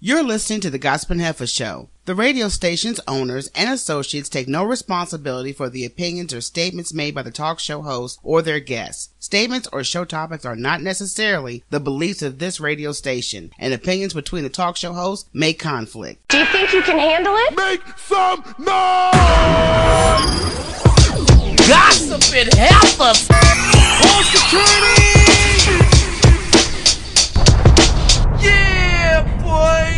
You're listening to the Gospel and Heifer Show. The radio station's owners and associates take no responsibility for the opinions or statements made by the talk show hosts or their guests. Statements or show topics are not necessarily the beliefs of this radio station, and opinions between the talk show hosts may conflict. Do you think you can handle it? Make some noise! Gossip and heifers! Hold security! Yeah, boy!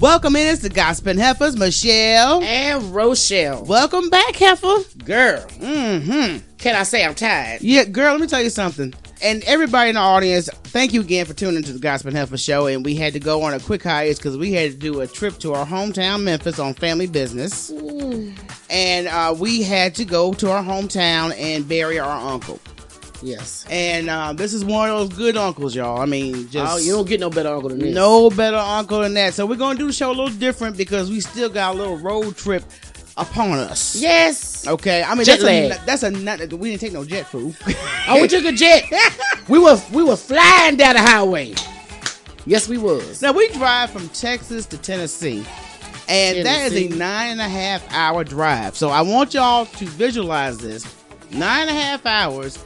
Welcome in, it's the Gossip and Heifers, Michelle. And Rochelle. Welcome back, heifer. Girl, Mm-hmm. can I say I'm tired? Yeah, girl, let me tell you something. And everybody in the audience, thank you again for tuning to the Gospel and Heifer Show. And we had to go on a quick hiatus because we had to do a trip to our hometown, Memphis, on family business. And uh, we had to go to our hometown and bury our uncle. Yes. And uh, this is one of those good uncles, y'all. I mean, just Oh, you don't get no better uncle than this. no better uncle than that. So we're going to do the show a little different because we still got a little road trip upon us. Yes. Okay, I mean Jet that's a, lag. that's a nut. We didn't take no jet food. Oh, we took a jet. we were we were flying down the highway. Yes, we was. Now we drive from Texas to Tennessee, and that is a Tennessee. nine and a half hour drive. So I want y'all to visualize this: nine and a half hours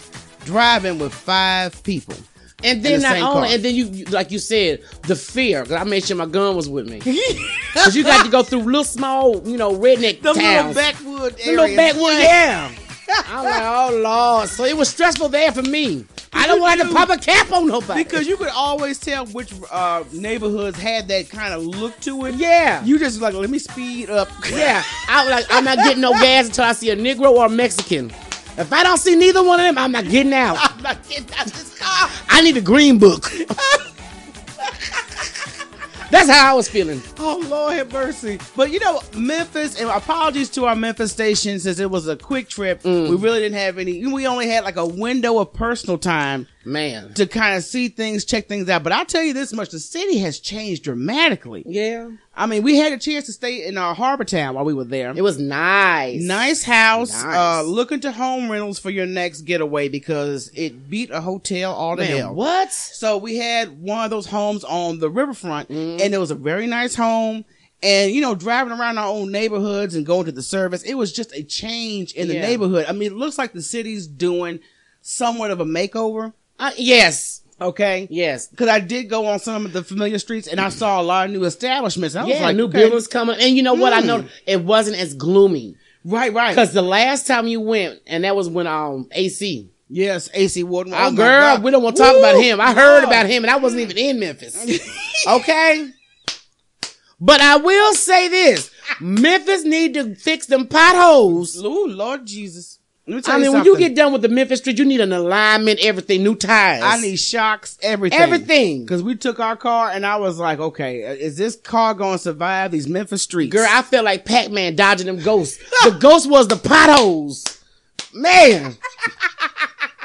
driving with five people. And then the not same only, car. and then you, you- like you said, the fear. Cause I made sure my gun was with me. Cause you got to go through little small, you know, redneck The little towns. backwood The little areas. backwood, yeah. I'm like, oh lord. So it was stressful there for me. I don't want to pop a cap on nobody. Because you could always tell which uh, neighborhoods had that kind of look to it. yeah, You just like let me speed up. yeah. I was like, I'm not getting no gas until I see a Negro or a Mexican. If I don't see neither one of them, I'm not getting out. I'm not getting out this car. I need a green book. That's how I was feeling. Oh Lord have mercy! But you know, Memphis, and apologies to our Memphis station since it was a quick trip. Mm. We really didn't have any. We only had like a window of personal time Man. to kind of see things, check things out. But I'll tell you this much: the city has changed dramatically. Yeah. I mean, we had a chance to stay in our harbor town while we were there. It was nice. Nice house. Nice. Uh, look into home rentals for your next getaway because it beat a hotel all to hell. Man, what? So we had one of those homes on the riverfront, Mm-hmm. and it was a very nice home. And you know, driving around our own neighborhoods and going to the service, it was just a change in the Yeah. neighborhood. I mean, it looks like the city's doing somewhat of a makeover. Uh, yes. Okay. Yes. Because I did go on some of the familiar streets and I saw a lot of new establishments. I was Yeah, like, new okay. buildings coming. And you know what? I know it wasn't as gloomy. Right, right. Because the last time you went, and that was when um AC. yes, AC Warden. Oh, my girl, God. we don't want to talk about Woo! him. I heard Lord. about him, and I wasn't even in Memphis. okay. But I will say this: Memphis need to fix them potholes. Ooh, Lord Jesus. Let me tell I you mean, when something. you get done with the Memphis street, you need an alignment, everything, new tires. I need shocks, everything. everything. Because we took our car and I was like, okay, is this car going to survive these Memphis streets? Girl, I felt like Pac Man dodging them ghosts. the ghost was the potholes. Man,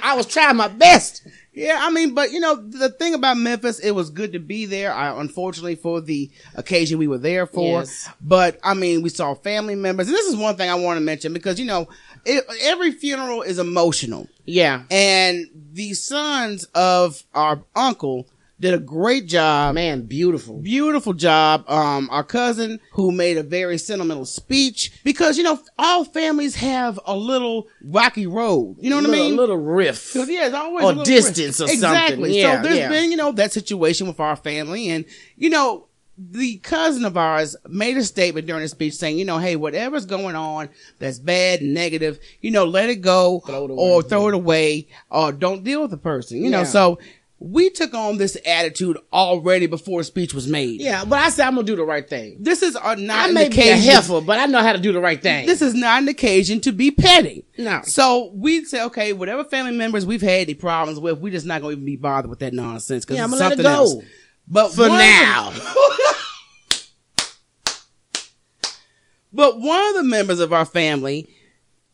I was trying my best. yeah, I mean, but you know, the thing about Memphis, it was good to be there. I, unfortunately, for the occasion we were there for, Yes. but I mean, we saw family members. And this is one thing I want to mention because, you know, it, every funeral is emotional. Yeah. And the sons of our uncle did a great job. Man, beautiful. beautiful job. Um, our cousin who made a very sentimental speech because you know all families have a little rocky road. You know what Little- I mean? Little riff. 'Cause, yeah, it's always a Or little distance or something. Exactly. Yeah, so there's yeah. been you know that situation with our family, and you know the cousin of ours made a statement during his speech saying, you know, hey, whatever's going on that's bad and negative, you know, let it go Throw it away. or throw it away or don't deal with the person. You know, Yeah. so. We took on this attitude already before speech was made. Yeah, but I said I'm gonna do the right thing. This is uh not I an may be a occasion. heifer, but I know how to do the right thing. This is not an occasion to be petty. No. So we say, okay, whatever family members we've had the problems with, we're just not going to even be bothered with that nonsense because yeah, I'm it's gonna let something else. it go But for one of the- now. but one of the members of our family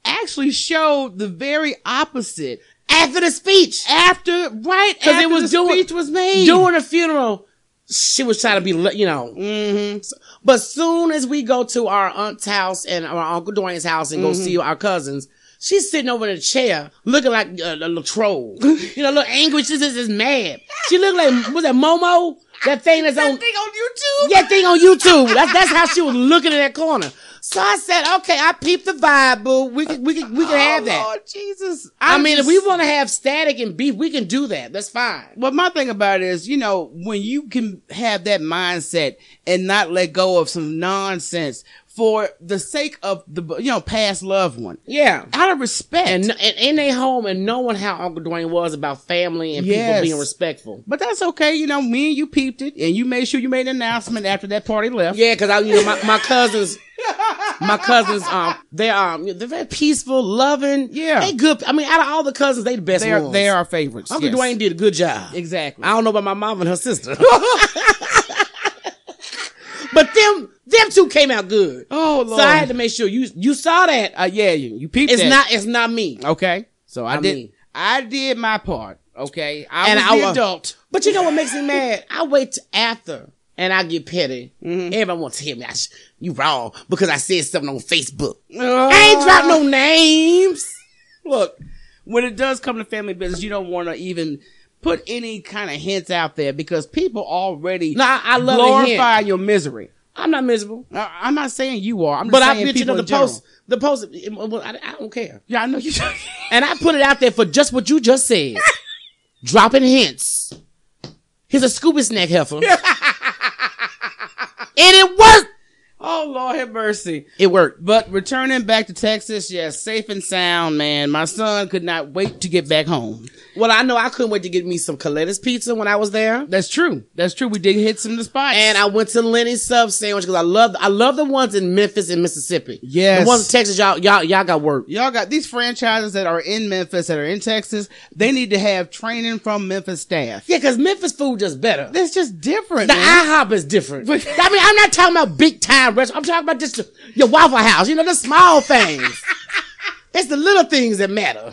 actually showed the very opposite After the speech, after right it after was the doing- speech was made. during the funeral, she was trying to be, le- you know. Mhm. Mm-hmm. But soon as we go to our aunt's house and our uncle Dwayne's house and go see our cousins, She's sitting over in a chair, looking like a, a little troll. You know, a little angry. She's just, just mad. She looked like was that Momo? That thing that's on That thing on YouTube. that thing on YouTube. That's that's how she was looking in that corner. So I said, okay, I peeped the vibe, boo. We can we can we can have oh, that. Lord Jesus. I I'm mean, just- if we want to have static and beef, we can do that. That's fine. Well, my thing about it is, you know, when you can have that mindset and not let go of some nonsense for the sake of the, you know, past loved one, Yeah. out of respect. And, and in their home and knowing how Uncle Dwayne was about family and Yes. people being respectful. but that's okay. You know, me and you peeped it and you made sure you made an announcement after that party left. Yeah, because I, you know, my, my cousins, my cousins, um, they're um, they're very peaceful, loving. Yeah. they good. I mean, out of all the cousins, they the best They are, ones. they are our favorites. Uncle yes. Dwayne did a good job. Exactly. I don't know about my mom and her sister, but them them two came out good. oh, Lord. so I had to make sure you you saw that. uh, yeah, you, you peeped It's that. not it's not me. Okay. So I, I did. mean- I did my part. Okay. I And was I the wa- adult. But you know what makes me mad? I wait till after and I get petty. Everyone wants to hear me. I sh- you wrong because I said something on Facebook. I ain't dropped no names. Look, when it does come to family business, you don't want to even put any kind of hints out there because people already No, I, I love a hint. glorify your misery. I'm not miserable, I, I'm not saying you are. I'm but just I saying bitch you know people the in general. post. The post. it- well, I, I don't care, Yeah, I know you. and I put it out there for just what you just said. Dropping hints. Here's a scuba snack heifer, and it worked. oh Lord, have mercy. It worked. But returning back to Texas, yes, safe and sound, man. My son could not wait to get back home. Well, I know I couldn't wait to get me some Coletta's pizza when I was there. That's true. That's true. We did hit some of the spots. And I went to Lenny's Sub Sandwich because I love I love the ones in Memphis and Mississippi. Yes. the ones in Texas, y'all y'all y'all got work. Y'all got these franchises that are in Memphis, that are in Texas. They need to have training from Memphis staff. Yeah, because Memphis food just better. That's just different. The man. IHOP is different. But- I mean, I'm not talking about big time restaurants. I'm talking about just the- your Waffle House. You know, the small things. it's the little things that matter.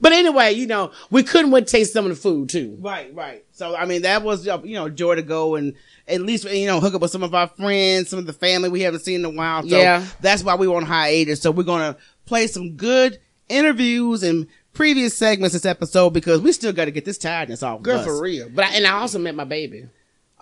But anyway, you know, we couldn't wait to taste some of the food too. right, right. So I mean, that was uh, you know joy to go and at least you know hook up with some of our friends, some of the family we haven't seen in a while. So Yeah. that's why we were on hiatus. So we're gonna play some good interviews and previous segments this episode because we still got to get this tiredness off. Girl, of us. Uh, for real. But I, and I also met my baby.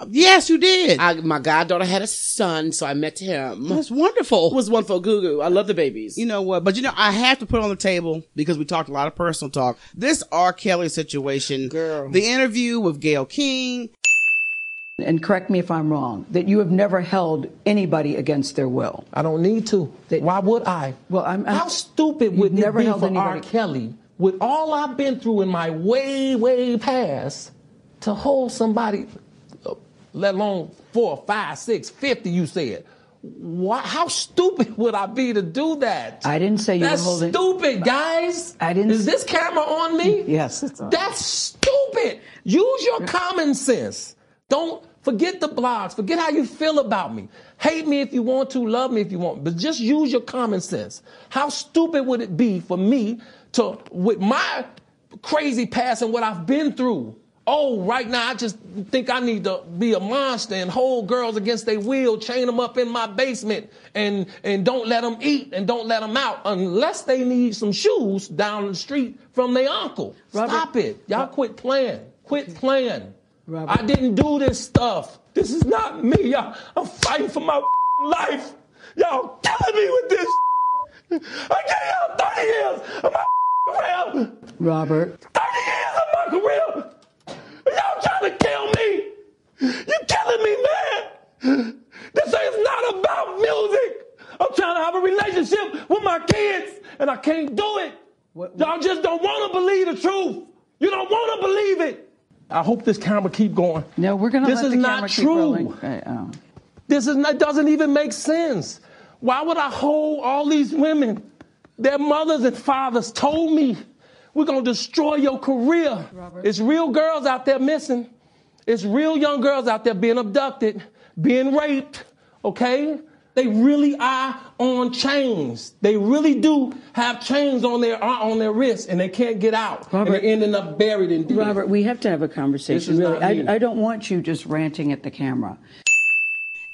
Yes, you did. I, my goddaughter had a son, so I met him. It that's wonderful. was one for Goo Goo. I love the babies. You know what? But you know, I have to put on the table because we talked a lot of personal talk. This R. Kelly situation, Girl. the interview with Gail King. and correct me if I'm wrong, that you have never held anybody against their will. I don't need to. That- Why would I? Well, I'm- I'm- how stupid You've would never it be held for R. anybody- Kelly, with all I've been through in my way, way past, to hold somebody, uh, let alone four, five, six, fifty? You said. Why, how stupid would I be to do that? I didn't say you were That's holding- stupid, guys. I didn't- Is this camera on me? Yes, it's on. That's stupid. Use your common sense. Don't forget the blogs. Forget how you feel about me. Hate me if you want to, love me if you want, but just use your common sense. How stupid would it be for me to, with my crazy past and what I've been through? Oh, right now I just think I need to be a monster and hold girls against their will, chain them up in my basement, and and don't let them eat and don't let them out unless they need some shoes down the street from their uncle. Robert- Stop it. Y'all quit playing. Quit playing. Robert. I didn't do this stuff. This is not me. Y'all, I'm fighting for my life. Y'all killing me with this. I gave y'all 30 years of my career. Robert, 30 years of my career. Y'all trying to kill me. You killing me, man. This is not about music. I'm trying to have a relationship with my kids, and I can't do it. What- Y'all just don't want to believe the truth. You don't want to believe it. I hope this camera keep going. no, we're going to This let is the not camera keep true. rolling. Uh, oh. This is not, doesn't even make sense. Why would I hold all these women? Their mothers and fathers told me, we're going to destroy your career. Robert. It's real girls out there missing. It's real young girls out there being abducted, being raped, okay? They really are on chains. They really do have chains on their uh, on their wrists, and they can't get out. Robert. and they're ending up buried in deep. Robert, we have to have a This conversation. is Really, not me. I, I don't want you just ranting at the camera.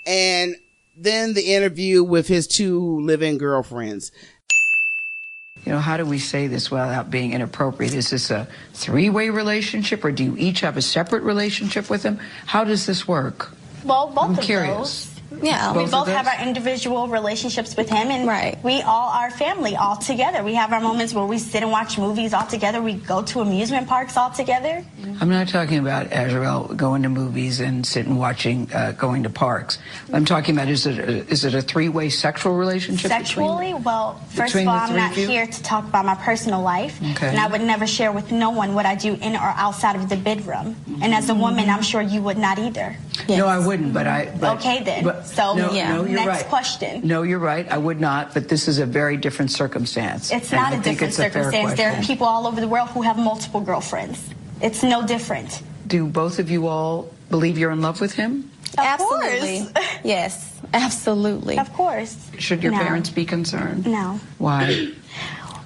And then the interview with his two living girlfriends. you know, how do we say this without being inappropriate? Is this a three way relationship or do you each have a separate relationship with him? How does this work? Well, both I'm of curious. those. Yeah, Both we of both have those? our individual relationships with him, and Right. we all are family all together. We have our moments where we sit and watch movies all together. We go to amusement parks all together. I'm not talking about Azrael going to movies and sitting watching, uh, going to parks. I'm talking about is it a, is it a three way sexual relationship? between- Sexually, well, first of between all, the I'm three not of you? here to talk about my personal life, Okay. and I would never share with no one what I do in or outside of the bedroom. And as a woman, I'm sure you would not either. No, I wouldn't, but I. But, Okay, then. but- So, no, yeah. no, you're Next right. question. No, you're right. I would not, but this is a very different circumstance. It's And not I a think different it's a fair circumstance. There are question. people all over the world who have multiple girlfriends. It's no different. Do both of you all believe you're in love with him? Of absolutely. course. Yes, absolutely. Of course. Should your No. parents be concerned? No. Why?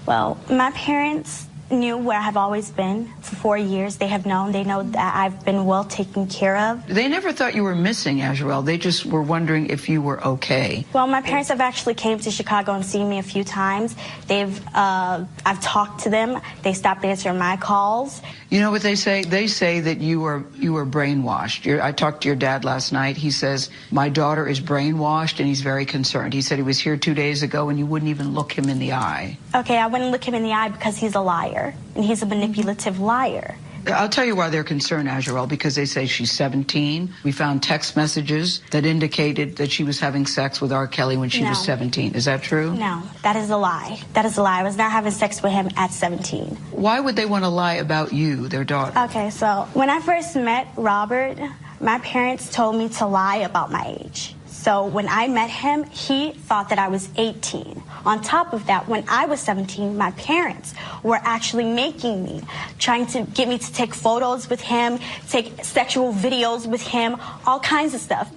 Well, my parents knew where I've always been for four years. They have known. They know that I've been well taken care of. they never thought you were missing, Azrael. They just were wondering if you were okay. Well, my parents have actually came to Chicago and seen me a few times. They've, uh, I've talked to them. They stopped answering my calls. You know what they say? They say that you were you were brainwashed. Your I talked to your dad last night. He says my daughter is brainwashed and he's very concerned. He said he was here two days ago and you wouldn't even look him in the eye. Okay, I wouldn't look him in the eye because he's a liar and he's a manipulative liar. I'll tell you why they're concerned, Azrael, because they say she's 17. We found text messages that indicated that she was having sex with R. Kelly when she was No. 17. Is that true? No, that is a lie. That is a lie. I was not having sex with him at 17. Why would they want to lie about you, their daughter? Okay, so when I first met Robert, my parents told me to lie about my age. So when I met him, he thought that I was 18. On top of that, when I was 17, my parents were actually making me, trying to get me to take photos with him, take sexual videos with him, all kinds of stuff.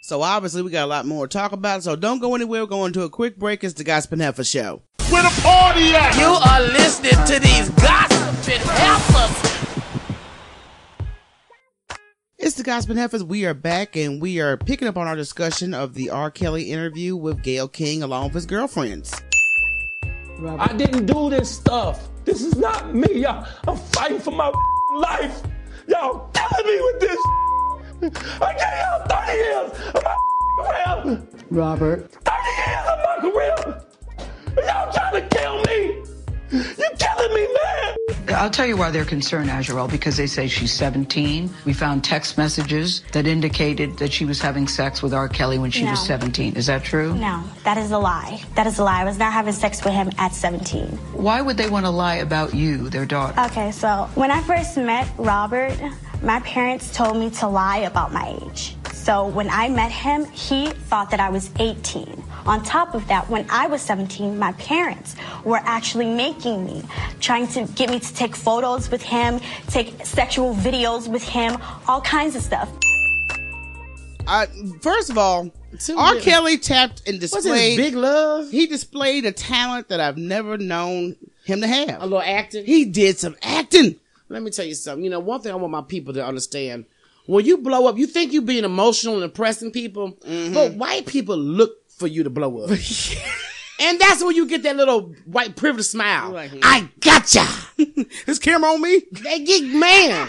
So obviously we got a lot more to talk about, so don't go anywhere. We're going to a quick break. It's the Gossip Heifer Show. Where the party at? You are listening to these gossiping heifers. It's the Gossip Heifers. We are back and we are picking up on our discussion of the R. Kelly interview with Gail King along with his girlfriends. I didn't do this stuff. This is not me. Y'all, I'm fighting for my life. Y'all killing me with this. I gave y'all 30 years of my career. Robert, 30 years of my career. And y'all trying to kill me. You killing me, man. I'll tell you why they're concerned, Azrael, because they say she's 17. We found text messages that indicated that she was having sex with R. Kelly when she was No. 17. Is that true? No, that is a lie. That is a lie. I was not having sex with him at 17. Why would they want to lie about you, their daughter? Okay, so when I first met Robert, my parents told me to lie about my age. So when I met him, he thought that I was 18. On top of that, when I was 17, my parents were actually making me, trying to get me to take photos with him, take sexual videos with him, all kinds of stuff. I, Uh, first of all, Too R. little. Kelly tapped and What's his displayed big love? he displayed a talent that I've never known him to have. A little acting. He did some acting. Let me tell you something. You know, one thing I want my people to understand. When you blow up, you think you being emotional and impressing people, Mm-hmm. but white people look for you to blow up. and that's when you get that little white privilege smile. Like, hmm. I gotcha. His camera on me. they get man.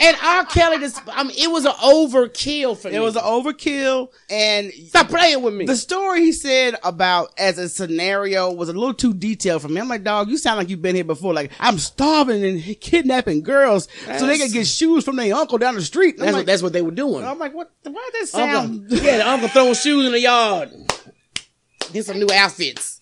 And R. Kelly, this, I mean, it was an overkill for me. It was an overkill, and Stop playing with me. the story he said about as a scenario was a little too detailed for me. I'm like, dog, you sound like you've been here before. Like, I'm starving and kidnapping girls so they That's- can get shoes from their uncle down the street. that's, I'm what, like, that's what they were doing. I'm like, what? Why does that sound? Uncle, yeah, the uncle throwing shoes in the yard. Get some new outfits.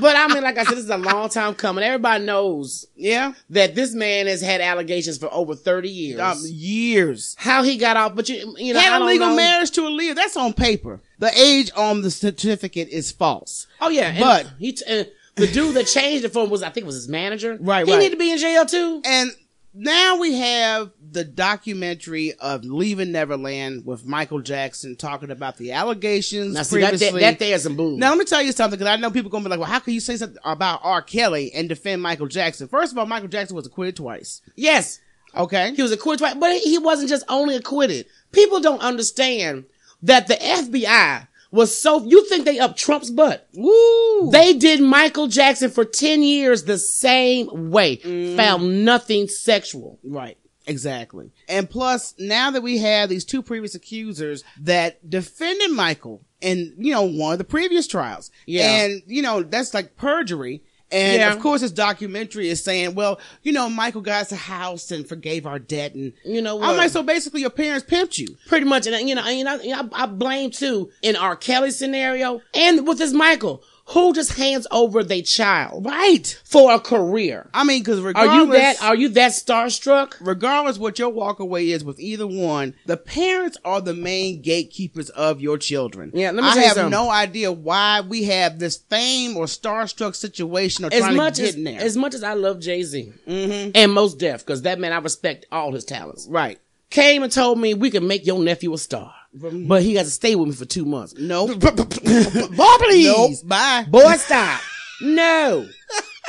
But I mean, like I said, this is a long time coming. Everybody knows Yeah, that this man has had allegations for over 30 years. um, years. How he got off, but you, you know, I had a don't legal know. marriage to Aaliyah. That's on paper. The age on the certificate is false. Oh yeah, and But- he t- uh, the dude that changed it for him was I think it was his manager. Right, He right. need to be in jail too. And now we have the documentary of Leaving Neverland with Michael Jackson talking about the allegations Now see that, previously. that that there is some bull. now let me tell you something because I know people gonna be like, "Well, how can you say something about R. Kelly and defend Michael Jackson?" First of all, Michael Jackson was acquitted twice. yes, Okay, He was acquitted twice, but he wasn't just only acquitted. People don't understand that the FBI was so, you think they up Trump's butt. Woo! They did Michael Jackson for 10 years the same way. Mm. Found nothing sexual. Right. Exactly. And plus, now that we have these two previous accusers that defended Michael in, you know, one of the previous trials. Yeah. And, you know, that's like perjury. And Yeah. of course, this documentary is saying, well, you know, Michael got us a house and forgave our debt. And, You know what? I'm like, so basically your parents pimped you. Pretty much, and you know, and I, and I, I blame too in our Kelly scenario and with this Michael, who just hands over their child Right. for a career. I mean, cause regardless. Are you that? Are you that starstruck? regardless what your walkaway is with either one, the parents are the main gatekeepers of your children. Yeah, let me I tell you have something. no idea why we have this fame or starstruck situation or As trying much to get as in there. Mm-hmm. as much as I love Jay Z and most deaf, because that man I respect all his talents. right. Came and told me we can make your nephew a star, but he got to stay with me for two months. Nope. Boy, please, Nope. Bye. boy, stop. no,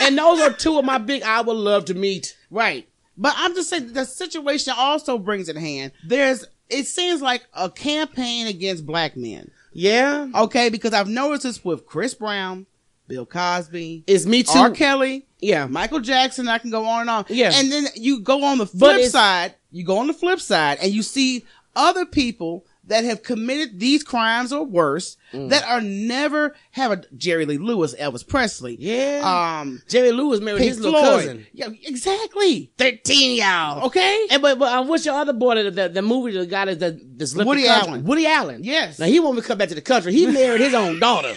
and those are two of my big I would love to meet. Right. But I'm just saying the situation also brings at hand. There's it seems like a campaign against black men. Yeah, Okay, because I've noticed this with Chris Brown, Bill Cosby, it's me too. R. Kelly, Yeah. Michael Jackson, I can go on and on. Yeah. And then you go on the But flip it's- side, you go on the flip side and you see other people that have committed these crimes or worse Mm. that are never have a Jerry Lee Lewis, Elvis Presley. Yeah. Um, Jerry Lewis married Pink his little Floyd. cousin. Yeah, exactly. Oh, 13, y'all. Okay. And but, but uh, what's your other boy that the, the movie the guy that that- that's left Woody the country? Allen. Woody Allen. Yes. Now he won't come back to the country. He married his own daughter.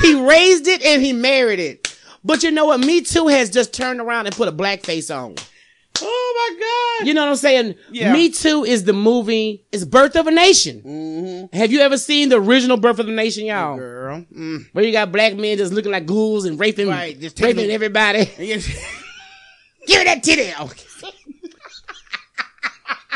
he raised it and he married it. But you know what? Me Too has just turned around and put a black face on. Oh my God. You know what I'm saying? Yeah. Me Too is the movie. It's Birth of a Nation. Have you ever seen the original Birth of a Nation, y'all? Mm-hmm. Girl. Mm. Where you got black men just looking like ghouls and raping, Right, just taking raping them- everybody. Give me that titty. Okay.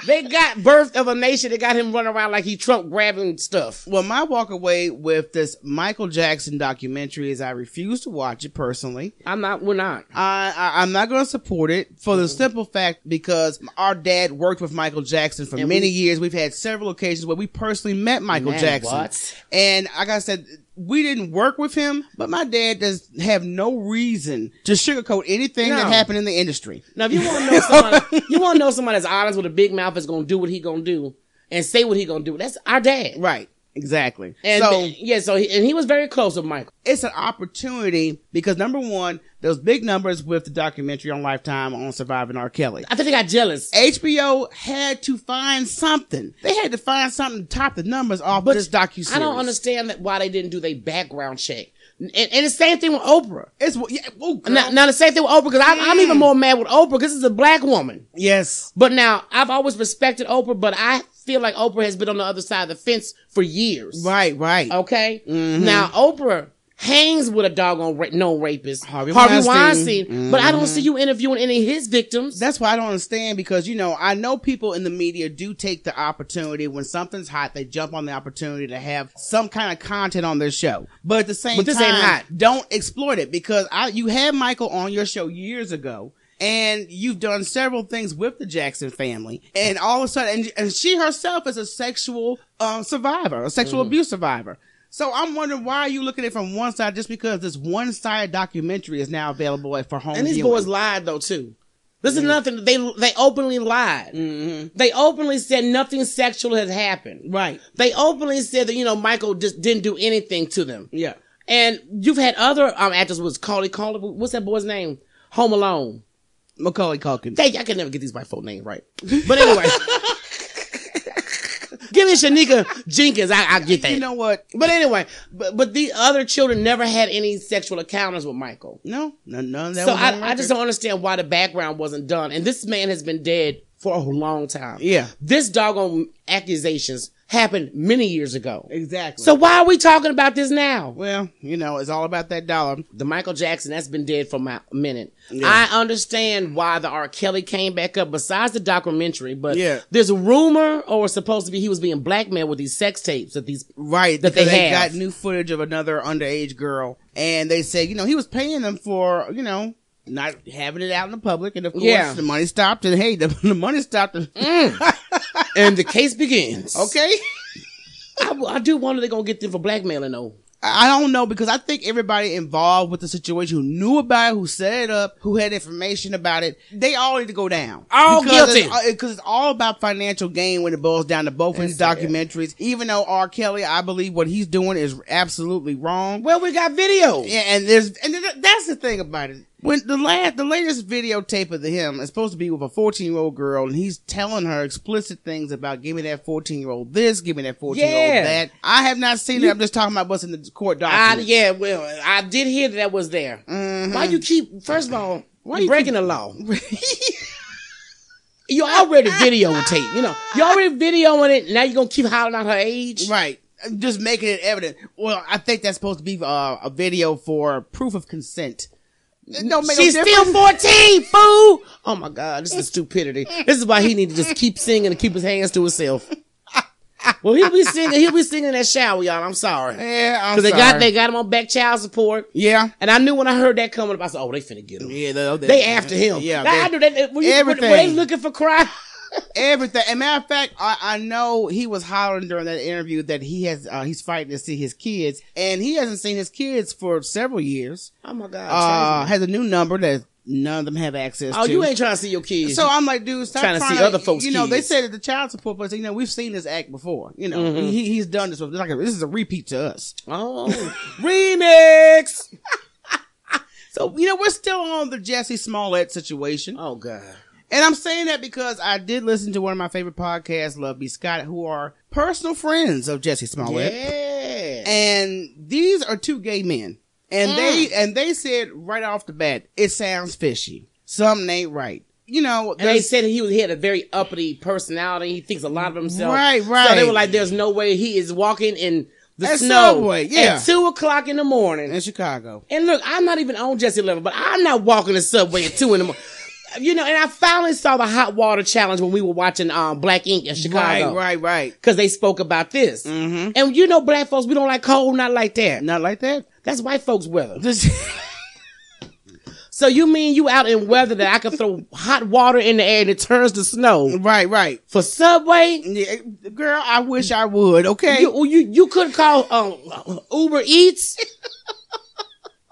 they got birth of a nation. They got him running around like he Trump grabbing stuff. Well, my walk away with this Michael Jackson documentary is I refuse to watch it personally. I'm not. We're not. I, I I'm not going to support it for Mm-hmm. the simple fact because our dad worked with Michael Jackson for And many we- years. We've had several occasions where we personally met Michael Man, Jackson, what? and like I said, we didn't work with him, but my dad does have no reason to sugarcoat anything No. that happened in the industry. Now, if you want to know somebody, you want to know somebody that's honest with a big mouth is going to do what he going to do and say what he going to do. That's our dad. Right. Exactly. And so yeah, so he, and he was very close with Michael. it's an opportunity because number one, those big numbers with the documentary on Lifetime on surviving R. Kelly. I think they got jealous. HBO had to find something. They had to find something to top the numbers off But this docuseries. I don't understand that why they didn't do their background check. And, and the same thing with Oprah. It's yeah, oh, girl. Now, now the same thing with Oprah because I'm even more mad with Oprah because it's a black woman. yes, But now I've always respected Oprah, but I feel like Oprah has been on the other side of the fence for years. right, right. Okay. Now Oprah hangs with a doggone ra- no rapist, Harvey Weinstein. Weinstein. Mm-hmm. But I don't see you interviewing any of his victims. That's why I don't understand because you know I know people in the media do take the opportunity when something's hot they jump on the opportunity to have some kind of content on their show. But at the same But this time, ain't hot. don't exploit it because I you had Michael on your show years ago. And you've done several things with the Jackson family, and all of a sudden, and, and she herself is a sexual um, survivor, a sexual Mm. abuse survivor. So I'm wondering why are you looking at it from one side just because this one sided documentary is now available for home. and these viewing. boys lied though too. This is nothing. They they openly lied. They openly said nothing sexual has happened. Right. They openly said that you know Michael just didn't do anything to them. yeah, And you've had other um actors was Carly Carly. What's that boy's name? Home Alone. Macaulay Culkin. Thank you. I can never get these white folk names right. But anyway. Give me Shanika Jenkins. I, I'll get that. You know what? but anyway, but, but the other children never had any sexual encounters with Michael. No, no, none of that. So was on I, I record. just don't understand why the background wasn't done. And this man has been dead for a long time. Yeah. This doggone accusations happened many years ago. exactly. So why are we talking about this now? well, you know, it's all about that dollar. the Michael Jackson that's been dead for my- a minute. I understand why the R. Kelly came back up besides the documentary, but Yeah. there's a rumor or supposed to be he was being blackmailed with these sex tapes that these Right, that because they, they have. got new footage of another underage girl, and they said, you know, he was paying them for, you know, not having it out in the public, and of course, Yeah. Mm. the money stopped, and hey, the, the money stopped. and- and the case begins. okay, I I, I do wonder they're gonna get them for blackmailing though. I don't know because I think everybody involved with the situation who knew about it, who set it up, who had information about it, they all need to go down. All because guilty. Because it's, uh, 'cause it's all about financial gain when it boils down to both of these documentaries. Even though R. Kelly, I believe what he's doing is absolutely wrong. Well, we got video. Yeah, and there's and th- that's the thing about it. When the last the latest videotape of him is supposed to be with a 14 year old girl, and he's telling her explicit things about give me that 14 year old this, give me that 14 year Yeah. old that. I have not seen it. I'm just talking about what's in the court I, document. yeah, well, I did hear that, that was there. Why you keep? First of all, Mm-hmm. why you breaking the law? you already videotape. You know, you already videoing it. Now you gonna keep hollering out her age? Right. Just making it evident. Well, I think that's supposed to be uh, a video for proof of consent. It don't make no She's difference. still 14, fool! Oh my god, this is stupidity. This is why he need to just keep singing and keep his hands to himself. Well, he'll be singing, he'll be singing in that shower, y'all. I'm sorry. Yeah, I'm Cause they sorry. got, they got him on back child support. yeah. And I knew when I heard that coming up, I said, oh, they finna get him. Yeah, they, They after him. Yeah, Now, they- I knew that. that- Were, you, were, were they everything. looking for crime? everything. And matter of fact, I, I know he was hollering during that interview that he has uh, he's fighting to see his kids, and he hasn't seen his kids for several years. Oh my god. Uh, Tracy. has a new number that none of them have access oh, to. you ain't trying to see your kids. So I'm like, dude, stop Trying to see other folks' You know, they kids. Mm-hmm. said that the child support person. You know, we've seen this act before. You know, he, he's done this. With, like, this is a repeat to us. oh, remix. So you know, we're still on the Jesse Smollett situation. Oh god. And I'm saying that because I did listen to one of my favorite podcasts, Love B. Scott, who are personal friends of Jesse Smollett. Yeah. And these are two gay men. And Mm. they and they said right off the bat, it sounds fishy. Something ain't right. You know, And they there's- said he was he had a very uppity personality. He thinks a lot of himself. Right, So they right. were like, "There's no way he is walking in the At snow Subway, yeah. at two o'clock in the morning." in Chicago. And look, I'm not even on Jesse level, but I'm not walking the subway at two in the morning. You know, and I finally saw the hot water challenge when we were watching um, Black Ink in Chicago. Right, right, right. Because they spoke about this. Mm-hmm. And you know, black folks, we don't like cold, not like that. Not like that. That's white folks' weather. Just So you mean you out in weather that I can throw hot water in the air and it turns to snow right, right. for subway? Yeah, girl, I wish I would. Okay. You you, you could call um, Uber Eats.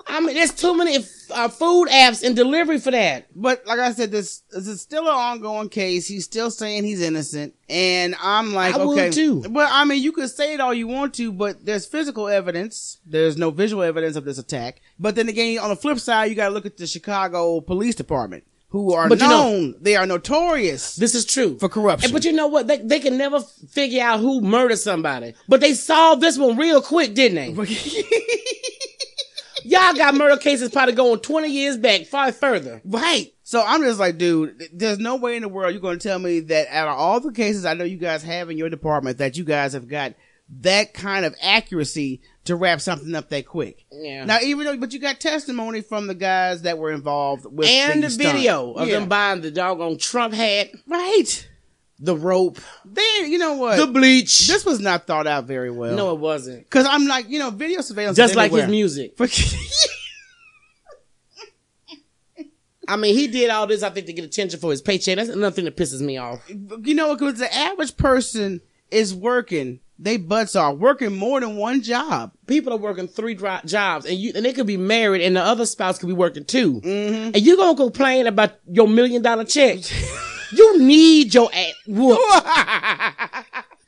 I mean, there's too many uh, food apps and delivery for that. but like I said, this, this is still an ongoing case. He's still saying he's innocent, and I'm like, I would okay, too. Well, I mean, you could say it all you want to, but there's physical evidence. There's no visual evidence of this attack. But then again, on the flip side, you got to look at the Chicago Police Department, who are But you know- known. they are notorious. This is true For corruption. And- But you know what? They they can never figure out who murdered somebody. But they solved this one real quick, didn't they? Y'all got murder cases probably going twenty years back, far further. Right. So I'm just like, dude, th- there's no way in the world you're going to tell me that out of all the cases I know you guys have in your department that you guys have got that kind of accuracy to wrap something up that quick. Yeah. Now, even though, but you got testimony from the guys that were involved with And the the stunt. video of Yeah. them buying the doggone Trump hat, Right. the rope, They, you know what? the bleach. this was not thought out very well. no, it wasn't. Cause I'm like, you know, video surveillance. Just is like his everywhere. music. I mean, he did all this, I think, to get attention for his paycheck. That's another thing that pisses me off. you know, because the average person is working, they butts are working more than one job. people are working three dri- jobs and you and they could be married and the other spouse could be working 2 and you gonna complain about your million dollar check you need your ass whooped.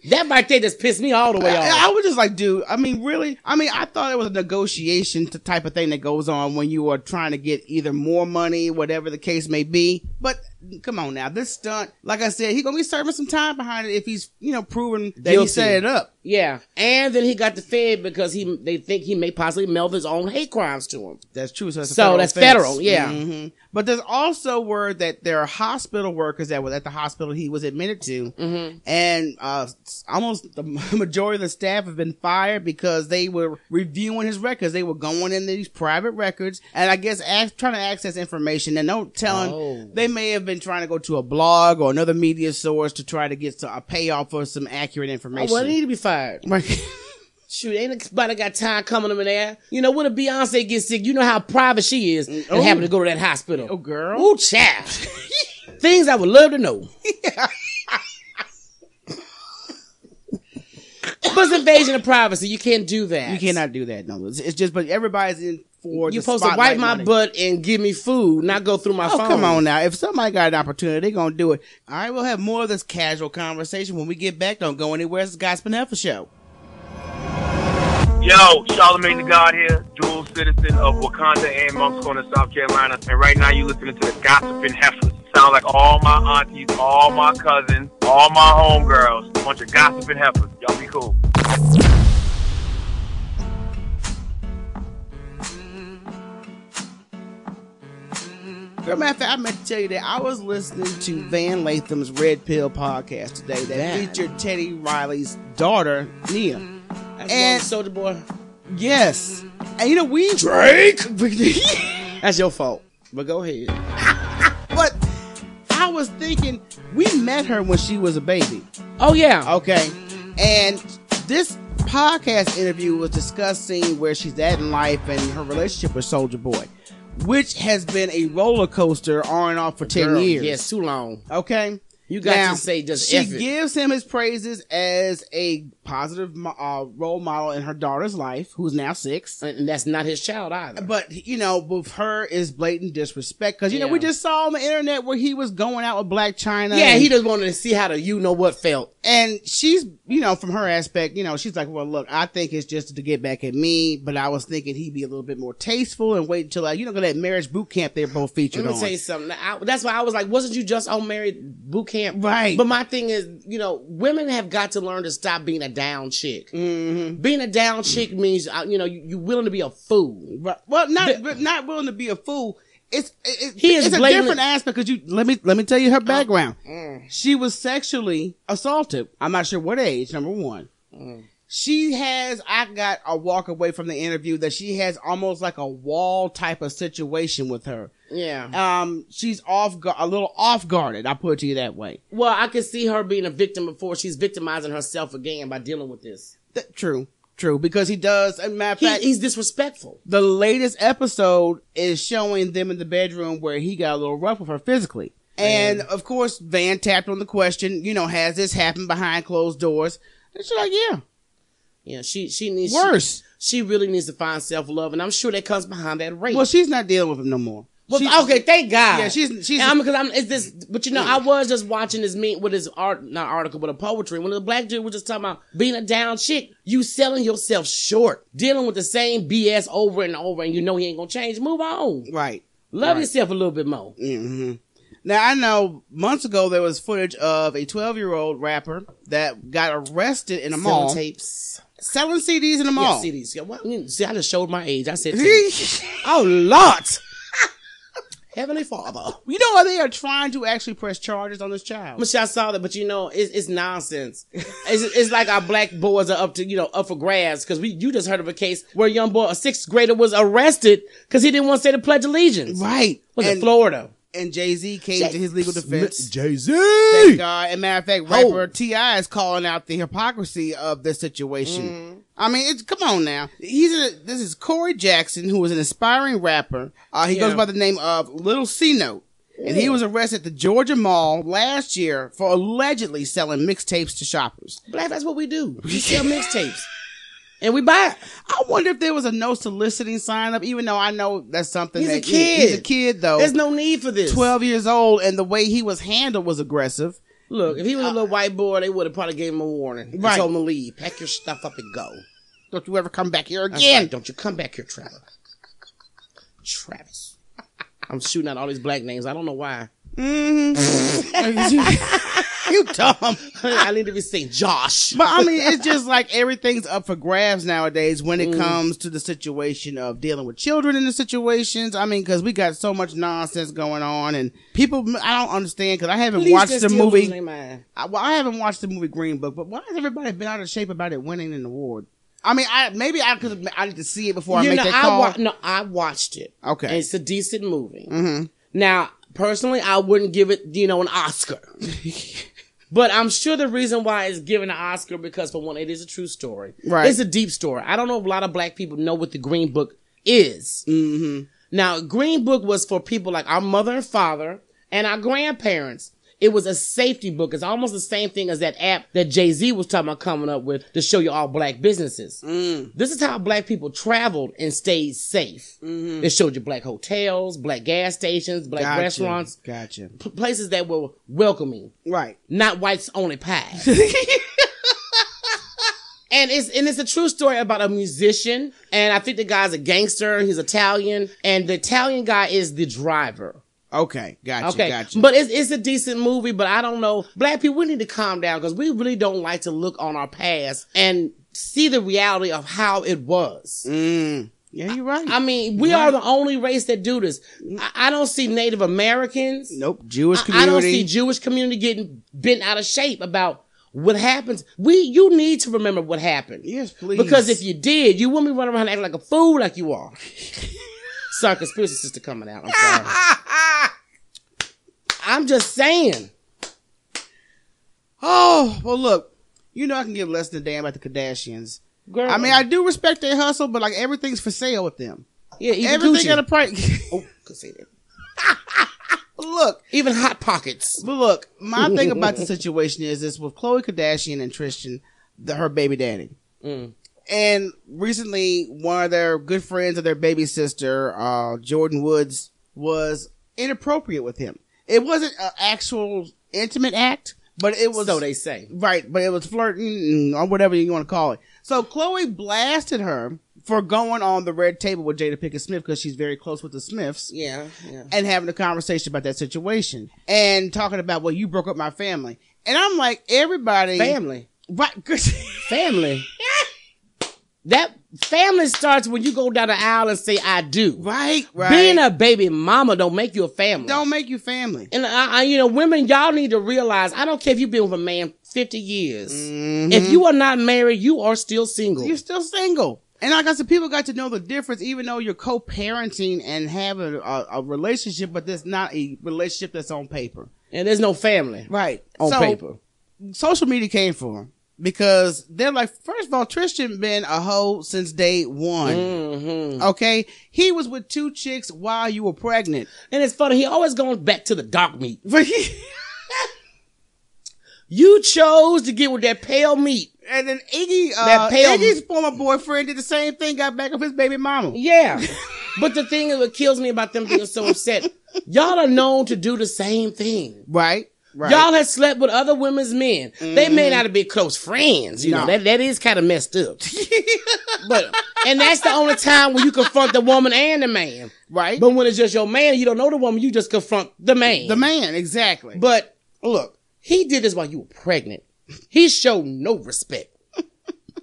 that right there just pissed me all the way I, off I was just like, dude, I mean, really? I mean, I thought it was a negotiation t- type of thing that goes on when you are trying to get either more money, whatever the case may be. But come on now, this stunt, like I said, he gonna be serving some time behind it if he's, you know, proven that he Guilty. set it up. yeah and then he got the fed because he they think he may possibly meld his own hate crimes to him That's true. So that's, a So federal that's offense. federal, yeah. Mhm. But there's also word that there are hospital workers that were at the hospital he was admitted to, Mm-hmm. and uh, s- almost the majority of the staff have been fired because they were reviewing his records. They were going in these private records, and I guess ac- trying to access information. And no telling, Oh. they may have been trying to go to a blog or another media source to try to get some, a payoff for some accurate information. Oh, well, he need to be fired. Right. Shoot, ain't nobody got time coming to him in there. You know, when a Beyonce gets sick, you know how private she is and Oh. having to go to that hospital. oh, girl. Ooh, child. Things I would love to know. was invasion of privacy. You can't do that. You cannot do that. No, it's, it's just. But everybody's in for. You're the supposed to spotlight wipe my money. butt and give me food, not go through my Oh, phone. come on now. If somebody got an opportunity, they're going to do it. All right, we'll have more of this casual conversation when we get back. Don't go anywhere. It's the Gospel Heifer Show. Yo, Charlemagne the God here, dual citizen of Wakanda and Monk's Corner, South Carolina. And right now you're listening to the Gossiping Heifers. Sound like all my aunties, all my cousins, all my homegirls. Bunch of gossiping heifers. Y'all be cool. Girl, matter of fact, I meant to tell you that I was listening to Van Latham's Red Pill podcast today that Man. featured Teddy Riley's daughter, Nia. And And- Soldier Boy, Yes. And you know, we. Drake! that's your fault. But go ahead. but I was thinking, we met her when she was a baby. Oh yeah. Okay. And this podcast interview was discussing where she's at in life and her relationship with Soldier Boy, which has been a roller coaster on and off for 10 Girl, years. Yes, too long. Okay. You got to say just she F it. gives him his praises as a positive mo- uh, role model in her daughter's life, who's now six. And that's not his child either. But you know, with her is blatant disrespect because you know Yeah. we just saw on the internet where he was going out with Black China. yeah, and- he just wanted to see how the you know what felt. and she's, you know, from her aspect, you know, she's like, well, look, I think it's just to get back at me, but I was thinking he'd be a little bit more tasteful and wait until like, you know, that marriage boot camp they're both featured Let me on. tell you something. I, that's why I was like, wasn't you just on married boot camp? Right. But my thing is, you know, women have got to learn to stop being a down chick. Mm-hmm. Being a down chick means, uh, you know, you, you're willing to be a fool. Right. Well, not but not willing to be a fool. It's it, it- He is Oh. it's a blatantly- different aspect because you let me let me tell you her background. Mm. She was sexually assaulted. I'm not sure what age. Number one, Mm. she has. I got a walk away from the interview that she has almost like a wall type of situation with her. Yeah. Um, she's off gu- a little off guarded. I put it to you that way. well, I could see her being a victim before she's victimizing herself again by dealing with this. Th- true, true. Because he does. As a matter of He, fact, he's disrespectful. the latest episode is showing them in the bedroom where he got a little rough with her physically. And of course, Van tapped on the question, you know, has this happened behind closed doors? And she's like, yeah, Yeah, she she needs she- worse. She, really needs to find self love, and I'm sure that comes behind that rape. Well, she's not dealing with him no more. Well, She- okay, thank God. Yeah, she's- she's- And I'm because I'm. It's this, but you know, I was just watching this meet with his art, not article, but a poetry. When the black dude was just talking about being a down chick, you selling yourself short, dealing with the same BS over and over, and you know he ain't gonna change. Move on, Right. love yourself a little bit more. Now, I know months ago there was footage of a 12 year old rapper that got arrested in a mall Selling tapes, selling CDs in a yeah, mall. CDs. Yeah, what- I mean, see, I just showed my age. I said, tapes. a lot. Heavenly Father. You know, they are trying to actually press charges on this child. But see, I saw that, but you know, it's, it's nonsense. It's, it's like our black boys are up to, you know, up for grabs. Cause we, you just heard of a case where a young boy, a sixth grader was arrested cause he didn't want to say the Pledge of Allegiance. Right. Was And- it Florida? and Jay Z came to his legal defense. Jay Z. Thank God. And matter of fact, rapper Oh. Ti is calling out the hypocrisy of this situation. I mean, it's, come on now. He's a, this is Corey Jackson, who is an aspiring rapper. Uh, he goes Yeah. by the name of Little C Note. And he was arrested at the Georgia Mall last year for allegedly selling mixtapes to shoppers. Black, that's what we do. We sell mixtapes. And we buy it. I wonder if there was a no soliciting sign up, even though I know that's something He's a that kid. he's a kid though. There's no need for this. 12 years old, and the way he was handled was aggressive. Uh, Look, if he was a little white boy, they would have probably gave him a warning. and Right. Told him to leave. Pack your stuff up and go. Don't you ever come back here That's again. right. Don't you come back here, Trevor. Travis. I'm shooting out all these black names. I don't know why. Mm-hmm. you dumb. I need to be saying Josh. But I mean, it's just like everything's up for grabs nowadays when Mm. it comes to the situation of dealing with children in the situations. I mean, because we got so much nonsense going on, and people, I don't understand because I haven't watched the movie. I, well, I haven't watched the movie Green Book, but why has everybody been out of shape about it winning an award? I mean, I maybe I could I need to see it before I You make know, that I call. wa- no, I watched it. Okay. Mm-hmm. And it's a decent movie. Now, personally, I wouldn't give it, you know, an Oscar. But I'm sure the reason why it's given an Oscar because for one, it is a true story. Right. It's a deep story. I don't know if a lot of black people know what the Green Book is. Mm-hmm. Now, Green Book was for people like our mother and father and our grandparents. It was a safety book. It's almost the same thing as that app that Jay Z was talking about coming up with to show you all black businesses. This is how black people traveled and stayed safe. It showed you black hotels, black gas stations, black Gotcha. restaurants, Gotcha. p- places that were welcoming, Right. not whites only pies. And it's and it's a true story about a musician, and I think the guy's a gangster. He's Italian, and the Italian guy is the driver. Okay. Gotcha. Okay, Gotcha. but it's it's a decent movie, but I don't know. Black people, we need to calm down because we really don't like to look on our past and see the reality of how it was. yeah, you're Mm. right. I mean, we are the only race that do this. I, I don't see Native Americans. nope. Jewish I- I community. don't see Jewish community getting bent out of shape about what happens. We you need to remember what happened. Yes, please. Because if you did, you wouldn't be running around acting like a fool like you are. sorry, conspiracy sister coming out. I'm sorry. I'm just saying. oh well, look. You know I can give less than a damn about the Kardashians. Girl, I mean, I do respect their hustle, but like everything's for sale with them. yeah, even Everything Gucci. at a price. Oh, could say that. look, Even hot pockets. but look. My thing about the situation is this: with Khloe Kardashian and Tristan, the, her baby daddy. Mm. And recently, one of their good friends of their baby sister, uh, Jordan Woods, was inappropriate with him. It wasn't an actual intimate act, but it was So they say. Right, but it was flirting or whatever you want to call it. So Chloe blasted her for going on the red table with Jada Pinkett Smith because she's very close with the Smiths Yeah, yeah. and having a conversation about that situation and talking about, well, you broke up my family. And I'm like, everybody. Family. Right. 'cause- Family. that family starts when you go down the aisle and say, I do. right, right. Being a baby mama don't make you a family. Don't make you family. And I, I, you know, women, y'all need to realize. I don't care if you've been with a man fifty years. Mm-hmm. If you are not married, you are still single. You're still single. And like I said, people got to know the difference, even though you're co-parenting and have a, a, a relationship, but that's not a relationship that's on paper. and there's no family Right. on So, paper. social media came for him because they're like, first of all, Tristan been a hoe since day one. Mm-hmm. Okay, he was with two chicks while you were pregnant. And it's funny. He always going back to the dark meat. But he, You chose to get with that pale meat. and then Iggy, uh, That pale- Iggy's former boyfriend did the same thing. Got back with his baby mama. Yeah. but the thing that kills me about them being so upset, y'all are known to do the same thing. Right. Right. Mm-hmm. Y'all have slept with other women's men. They may not have been close friends. You know, No. that, that is kind of messed up. but, and that's the only time when you confront the woman and the man. Right. But when it's just your man and you don't know the woman, you just confront the man. the man exactly. But look, he did this while you were pregnant. He showed no respect.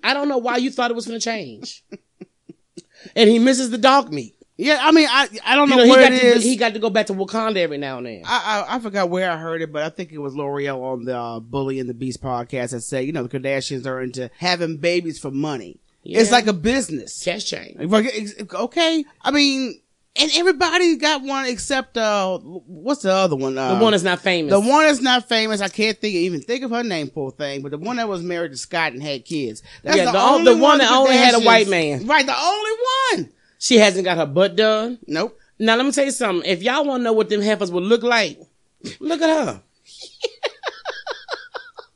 I don't know why you thought it was going to change. And he misses the dog meat. yeah, I mean, I I don't You know, know, he where got, it to, is. he got to go back to Wakanda every now and then. I, I I forgot where I heard it, but I think it was L'Oreal on the uh, Bully and the Beast podcast that said, you know, the Kardashians are into having babies for money. It's Yeah. like a business. That's change. Like, ex- Okay, I mean, and everybody got one except uh, what's the other one? Uh, The one that's not famous. the one that's not famous. I can't think even think of her name, poor thing. But the one that was married to Scott and had kids. That's Yeah, the on- the one that only had a Kardashians- white man. Right, the only one. She hasn't got her butt done. Nope. Now let me tell you something. If y'all want to know what them heifers would look like, look at her.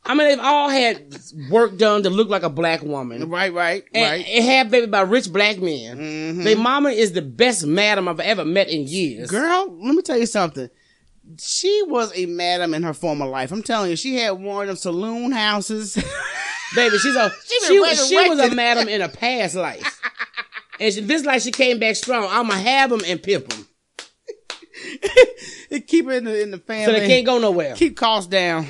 I mean, they've all had work done to look like a black woman. Right, right, And right. Mm-hmm. it had baby by rich black men. Their mama is the best madam I've ever met in years. Girl, let me tell you something. She was a madam in her former life. I'm telling you, she had one of them saloon houses. Baby, she's a she, been was- she was a resurrected. madam in a past life. and she, this life she came back strong. I'ma have them and pimp them. Keep it in the, in the So family. they can't go nowhere. Keep costs down.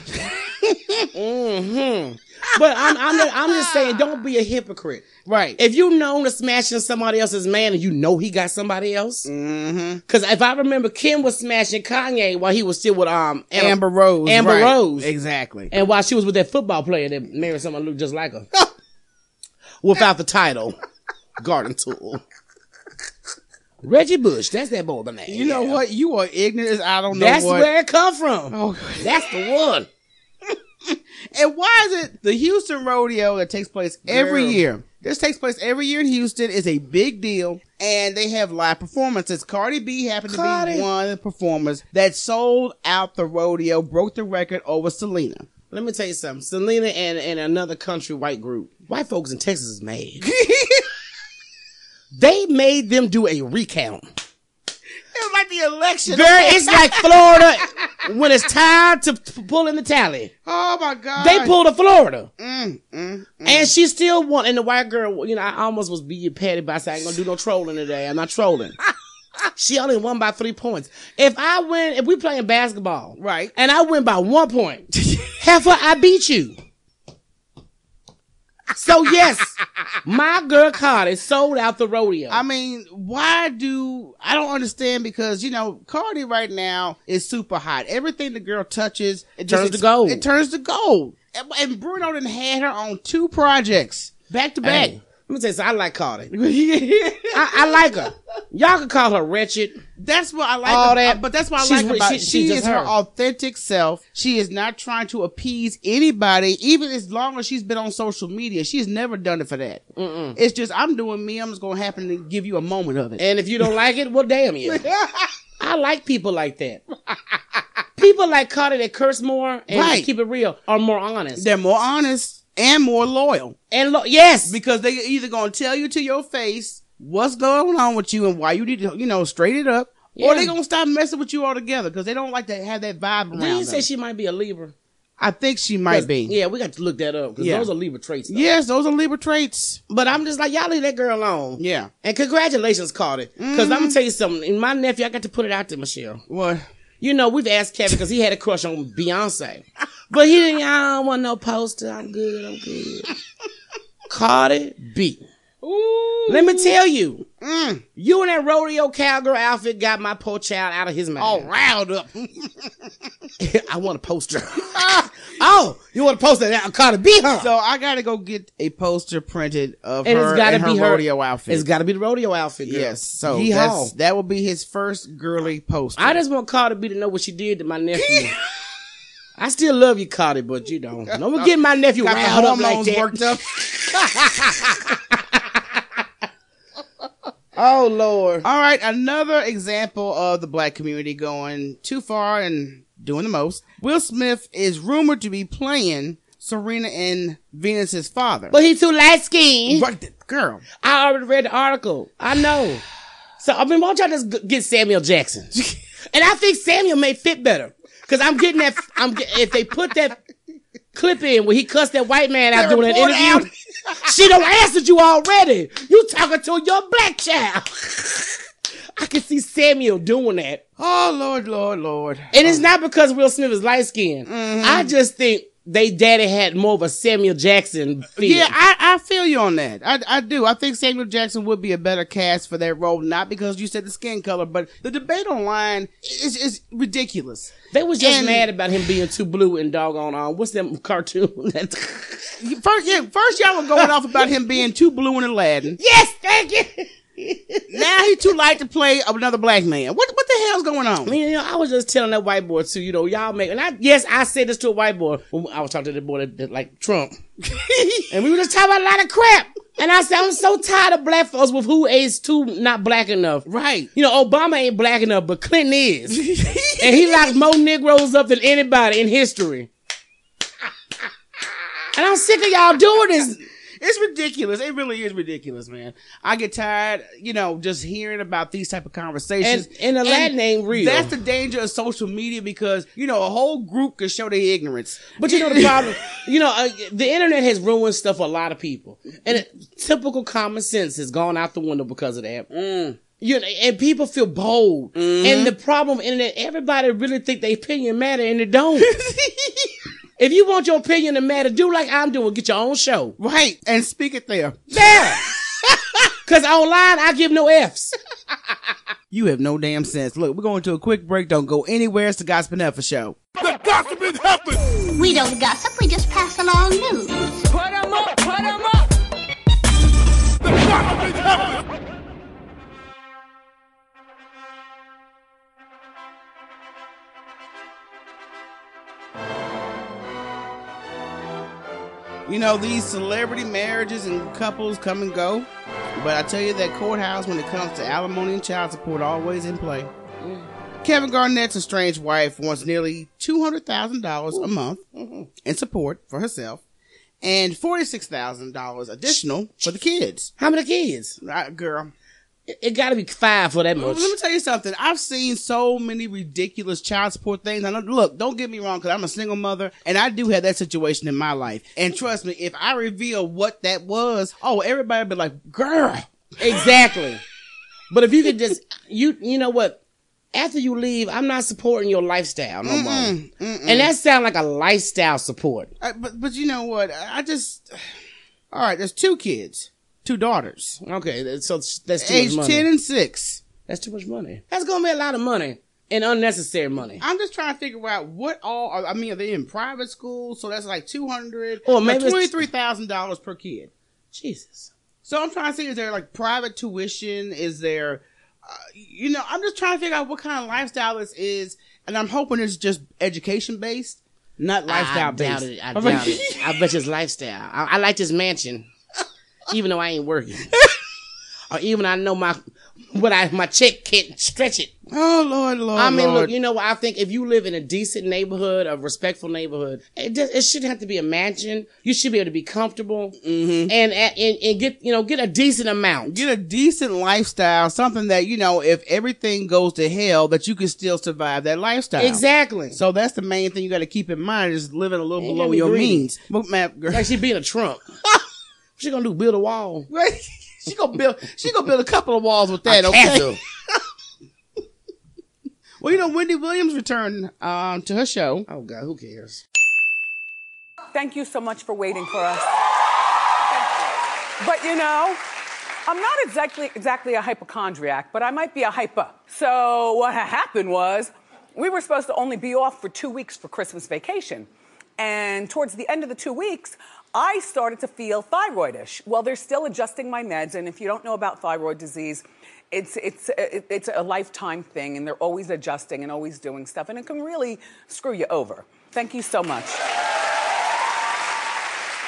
But I'm I'm I'm just saying, don't be a hypocrite. Right. If you known to smashing somebody else's man and you know he got somebody else, mm-hmm. because if I remember, Kim was smashing Kanye while he was still with um Anna- Amber Rose. Amber right. Rose, Exactly. and while she was with that football player that married someone who looked just like her, without the title, garden tool. Reggie Bush, that's that boy name. You know what? You are ignorant as I don't know That's what. where it come from. Oh. That's the one. and why is it the Houston rodeo that takes place every Girl. year? This takes place every year in Houston is a big deal. and they have live performances. Cardi B happened to Cardi. be one of the performers that sold out the rodeo, broke the record over Selena. Let me tell you something. Selena and, and another country white group. White folks in Texas is mad. they made them do a recount. It was like the election. Girl, it's like Florida when it's time to p- pull in the tally. oh my god, They pulled a Florida. Mm, mm, mm. And she still won. And the white girl, you know, I almost was being petty by saying, I ain't gonna do no trolling today. I'm not trolling. she only won by three points. If I win, if we playing basketball, Right. and I win by one point, heifer, I beat you. So yes, my girl Cardi sold out the rodeo. I mean, why do I don't understand because you know Cardi right now is super hot. Everything the girl touches, it Turns to gold. It turns to gold. And, and Bruno done had her on two projects back to back. Hey, let me tell you something. I like Cardi. That's I, I like her. Y'all can call her wretched. what I like. All about- that- but that's what I she's like re- about. she- She, she's she just is her. her. authentic self. She is not trying to appease anybody, even as long as she's been on social media. She's never done it for that. It's just I'm doing me. I'm just gonna happen to give you a moment of it. And if you don't like it, well, damn you. I like people like that. people like Cardi that curse more and Right. keep it real are more honest. They're more honest and more loyal. and lo- yes, because they either gonna tell you to your face what's going on with you and why you need to, you know, straight it up, or Yeah. they gonna stop messing with you altogether because they don't like to have that vibe around. did you them. say she might be a Libra? I think she might be. Yeah, we got to look that up because Yeah. those are Libra traits. though. Yes, those are Libra traits. But I'm just like, y'all leave that girl alone. Mm-hmm. Yeah. And congratulations, Cardi. Because I'm going to tell you something. And my nephew, I got to put it out there, Michelle. What? You know, we've asked Kevin because he had a crush on Beyonce. But he didn't, I don't want no poster. I'm good, I'm good. Cardi B. Let me tell you, Mm. you in that rodeo cowgirl outfit got my poor child out of his mind. All riled up. I want a poster. oh, you want a poster now, Cardi B, huh? so I gotta go get a poster printed of And her it's gotta in her be her- rodeo outfit. it's got to be the rodeo outfit. Girl. yes. So Yeehaw. that's, that will be his first girly poster. I just want Cardi B to know what she did to my nephew. I still love you, Cardi, but you don't. Don't get my nephew got riled the up like hormones that. worked up. Oh Lord. All right, another example of the black community going too far and doing the most. Will Smith is rumored to be playing Serena and Venus's father. But he too light skinned. Right th- girl, I already read the article. I know. So I mean, why don't y'all just g- get Samuel Jackson? and I think Samuel may fit better because I'm getting that. I'm get, if they put that clip in where he cussed that white man out They doing an report interview, she don't answered you already. You talking to your black child. I can see Samuel doing that. oh lord, lord, lord. And it's not because Will Smith is light skinned. I just think they daddy had more of a Samuel Jackson feel. Yeah, I, I feel you on that. I, I do. I think Samuel Jackson would be a better cast for that role, not because you said the skin color, but the debate online is, is ridiculous. they was just and- mad about him being too blue and doggone on. What's that cartoon? That- You- First, yeah, first y'all were going off about him being too blue in Aladdin. yes, thank you. Now he too light to play another black man. What what the hell's going on? I mean, you know, I was just telling that white boy too. You know, y'all make and I yes, I said this to a white boy. When I was talking to the boy that, that like Trump, and we were just talking about a lot of crap. And I said, I'm so tired of black folks with who is too not black enough. Right. You know, Obama ain't black enough, but Clinton is. and he locked more Negroes up than anybody in history. And I'm sick of y'all doing this. It's ridiculous. It really is ridiculous, man. I get tired, you know, just hearing about these type of conversations. And- and Aladdin ain't real. That's the danger of social media because you know a whole group can show their ignorance. But you know the problem, you know, uh, the internet has ruined stuff for a lot of people, and it, typical common sense has gone out the window because of that. Mm. You know, and people feel bold, Mm-hmm. and the problem in that everybody really think their opinion matter, and it don't. if you want your opinion to matter, do like I'm doing, get your own show right? And speak it there. there. Cause online I give no f's. You have no damn sense. Look, we're going to a quick break. Don't go anywhere. It's the Gossip Heifer Show. The gossip is happening. We don't gossip, we just pass along news. The gossip is happening. You know, these celebrity marriages and couples come and go. But I tell you that courthouse when it comes to alimony and child support always in play. Mm-hmm. Kevin Garnett's estranged wife wants nearly $200,000 a month Mm-hmm. in support for herself and $46,000 additional for the kids. How many kids? Right, girl. It, it gotta be five for that much. Let me tell you something. I've seen so many ridiculous child support things. I know, look, don't get me wrong, because I'm a single mother, and I do have that situation in my life. And trust me, if I reveal what that was, oh, everybody be like, "Girl, Exactly. but if you could just you you know what? After you leave, I'm not supporting your lifestyle no more. And that sounds like a lifestyle support. I, but but you know what? I I just all right. There's two kids, two daughters, Okay, that- so that's too age much money. ten and six. that's too much money. That's gonna be a lot of money and unnecessary money. I'm just trying to figure out what all. Are, I mean, are they in private school? So that's like two hundred Or or maybe it's- twenty three thousand dollars per kid. Jesus. So I'm trying to see is there like private tuition? Is there, uh, you know, I'm just trying to figure out what kind of lifestyle this is, and I'm hoping it's just education based, not lifestyle I doubt based. it. I doubt it. I bet his lifestyle. I, I like this mansion, even though I ain't working, or even I know my what I my check can't stretch it. Oh Lord, Lord, I mean, Lord. look, you know what? I think if you live in a decent neighborhood, a respectful neighborhood, it, does, it shouldn't have to be a mansion. You should be able to be comfortable and, and and get you know get a decent amount. get a decent lifestyle, something that you know, if everything goes to hell, that you can still survive that lifestyle. exactly. So So that's the main thing you got to keep in mind is living a little Ain't below gotta be your greedy. means. But map girl, like she being a Trump. she gonna do build a wall. she gonna build, she gonna build a couple of walls with that. A okay. castle. Well, you know, Wendy Williams returned um, to her show. Oh God, who cares? Thank you so much for waiting for us. But you know, I'm not exactly exactly a hypochondriac, but I might be a hyper. So what ha- happened was, we were supposed to only be off for two weeks for Christmas vacation, and towards the end of the two weeks, I started to feel thyroidish. Well, they're still adjusting my meds, and if you don't know about thyroid disease, it's it's it- it's a lifetime thing, and they're always adjusting and always doing stuff, and it can really screw you over. Thank you so much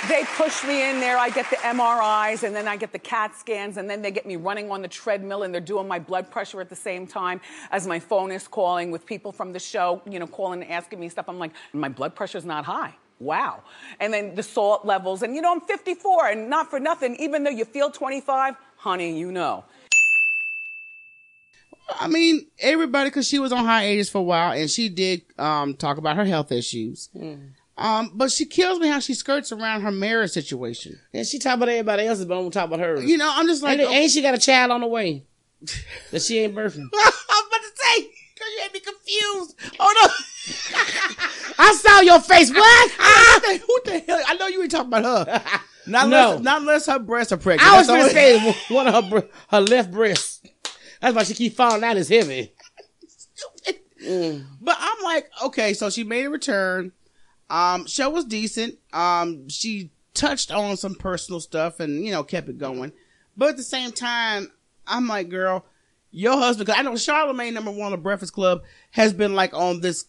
they push me in there. I get the MRIs and then I get the CAT scans and then they get me running on the treadmill and they're doing my blood pressure at the same time as my phone is calling with people from the show, you know, calling and asking me stuff. I'm like, my blood pressure's not high. Wow. And then the salt levels. And you know, I'm 54 and not for nothing, even though you feel 25, honey, you know. I mean, everybody, because she was on hiatus for a while, and she did um, talk about her health issues. Hmm. Um, but she kills me how she skirts around her marriage situation. And she talk about everybody else's, but I'm gonna talk about hers. You know, I'm just like, and ain't she got a child on the way that she ain't birthing? I'm about to say, girl, you had me confused. Oh I saw your face. What? no, who the hell? I know you ain't talking about her. Not No. unless, not unless her breasts are pregnant. I was gonna That's the say one of her bre- her left breasts. That's why she keep falling out. It's heavy. only- But I'm like, okay, so she made a return. Um, show was decent. Um, she touched on some personal stuff and you know kept it going. But at the same time, I'm like, girl, your husband. Cause I know Charlemagne, number one of Breakfast Club, has been like on this.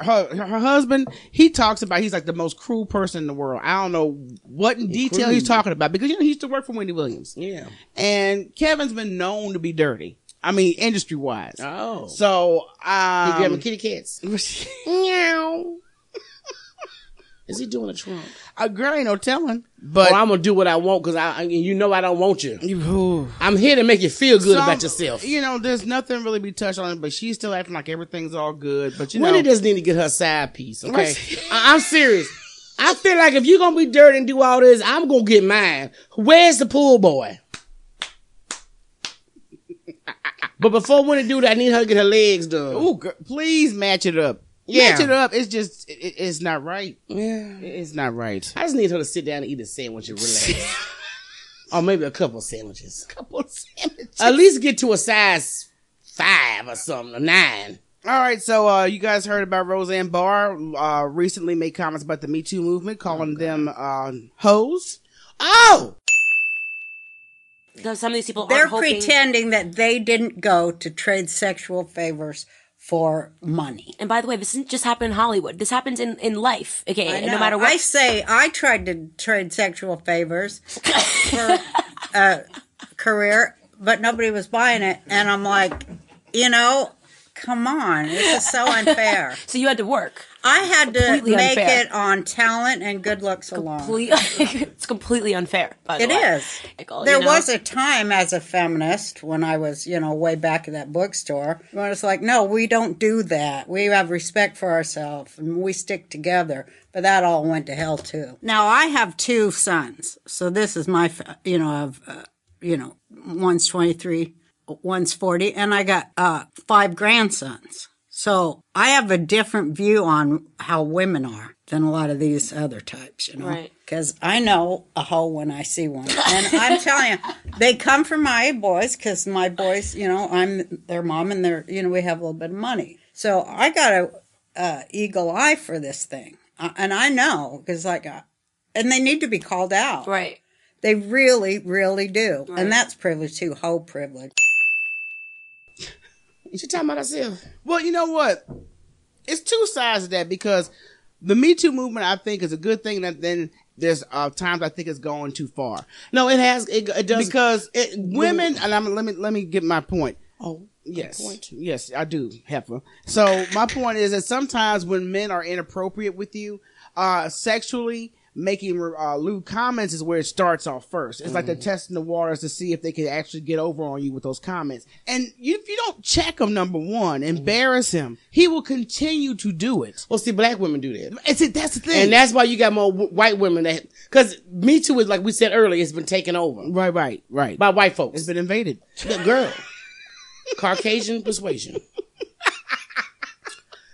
Her, her husband, he talks about he's like the most cruel person in the world. I don't know what in detail he's talking about because you know he used to work for Wendy Williams. Yeah. and Kevin's been known to be dirty. I mean, industry wise. Oh. So So he um, grabbing kitty cats. Meow. Is he doing a Trump? a girl ain't no telling. But But I'm gonna do what I want because I, I- you know I don't want you. Ooh. I'm here to make you feel good Some- about yourself. You know, there's nothing really be touched on it, but she's still acting like everything's all good. But you Wendy know, just need to get her side piece. Okay, Right. I, I'm serious. I feel like if you're gonna be dirty and do all this, I'm gonna get mine. Where's the pool boy? but before Wendy do that, I need her to get her legs done. ooh, girl, please match it up. Yeah. Match it up. It's just, it, it- it's not right. Yeah. It's not right. I just need her to sit down and eat a sandwich and relax. or maybe a couple sandwiches. Couple sandwiches. At least get to a size five or something, a nine. All right, so uh, you guys heard about Roseanne Barr uh, recently made comments about the Me Too movement, calling them uh, hoes. Oh! Though some of these people They're aren't hoping- pretending that they didn't go to trade sexual favors for money. And by the way, this didn't just happen in Hollywood. This happens in, in life. Okay, I no know. matter what. I say I tried to trade sexual favors for a career, but nobody was buying it, and I'm like, you know, come on, this is so unfair. so you had to work. I had to Completely make unfair. it on talent and good looks alone. Complete- it's completely unfair. By the It way. is. Michael, you there know? was a time as a feminist when I was, you know, way back at that bookstore when it's like, no, we don't do that. We have respect for ourselves and we stick together. But that all went to hell too. Now I have two sons, so this is my, fa- you know, of, uh, you know, one's twenty three, one's forty, and I got uh, five grandsons. So I have a different view on how women are than a lot of these other types, you know. Right. Because I know a hoe when I see one, and I'm telling you, they come from my boys. Because my boys, you know, I'm their mom, and they're, you know, we have a little bit of money. So I got a uh, eagle eye for this thing, uh, and I know because like, uh, and they need to be called out. Right. They really, really do, Right. and that's privilege too, hoe privilege. She talking about herself. Well, you know what? It's two sides of that because the Me Too movement, I think, is a good thing. That then there's uh, times I think it's going too far. No, it has. It, it does because it, women. And I'm, let me let me get my point. Oh, yes, yes, I do, Heifer. So my point is that sometimes when men are inappropriate with you, uh, sexually. Making uh, lewd comments is where it starts off first. It's like Mm-hmm. they're testing the waters to see if they can actually get over on you with those comments. And you, if you don't check him, number one, embarrass him, he will continue to do it. Mm-hmm. Well, see, black women do that. And see, that's the thing. And that's why you got more w- white women that, because Me Too is like we said earlier, it's been taken over right, right, right. by white folks. It's been invaded. Good girl, Caucasian persuasion.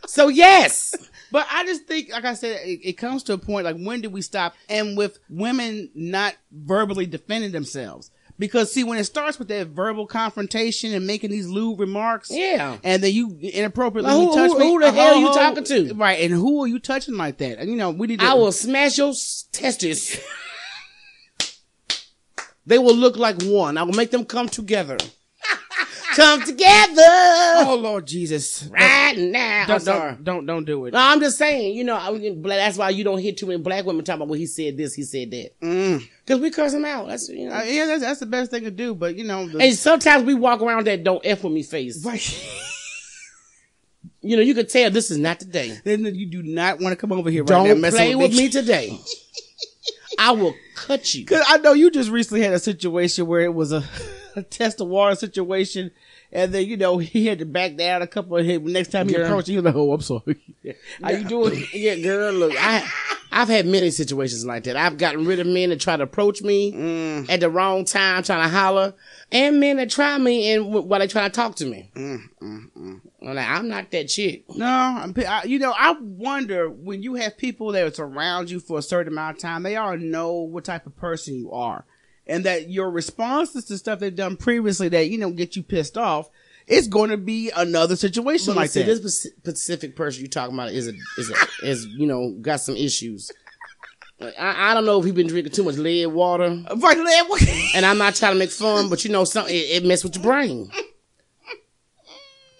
so yes, But I just think, like I said, it, it comes to a point like when do we stop? And with women not verbally defending themselves. Because see, when it starts with that verbal confrontation and making these lewd remarks, Yeah. and then you inappropriately Like, who- touch who- me, who the hell you oh, talking to? Right, and who are you touching like that? And you know, we need. To, I will smash your s- testes. they will look like one. I will make them come together. come together Oh Lord Jesus! Uh, right now. Don't, I'm sorry. don't, don't don't do it. No, I'm just saying, you know, I, that's why you don't hear too many black women talking about, well, he said this, he said that. Mm. Because we curse them out. That's, you know. Uh, yeah, that's, that's the best thing to do. But you know, the, and sometimes we walk around that don't F with me face. right. You know, you could tell this is not the day. then you do not want to come over here right now. Don't messing play with bitch. me today. I will cut you. Cause I know you just recently had a situation where it was a, a test of water situation, and then you know he had to back down a couple of his next time he Girl. approached you, he was like, "Oh, I'm sorry." How you doing? yeah, girl, look, I, I've had many situations like that. I've gotten rid of men that try to approach me at the wrong time, trying to holler, and men that try me and w- while they try to talk to me. mm, I'm like, I'm not that chick. no, I'm, pi- I, you know, I wonder when you have people that surround you for a certain amount of time, they all know what type of person you are, and that your responses to stuff they've done previously that you know get you pissed off, it's going to be another situation But like see, that. this speci- specific person you talking about is a, is a, is you know got some issues. Like, I, I don't know if he been drinking too much lead water, Right, Lev? and I'm not trying to make fun, but you know, some it, it mess with your brain.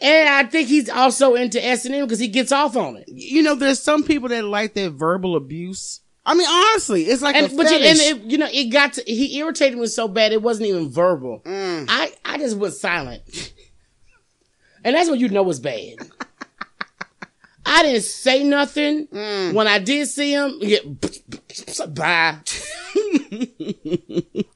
And I think he's also into S and M because he gets off on it. you know, there's some people that like that verbal abuse. I mean, honestly, it's like a And but you, and fetish. it, you know, it got to, he irritated me so bad it wasn't even verbal. Mm. I I just was silent, and that's when you know it's bad. I didn't say nothing Mm. when I did see him. Yeah, bye.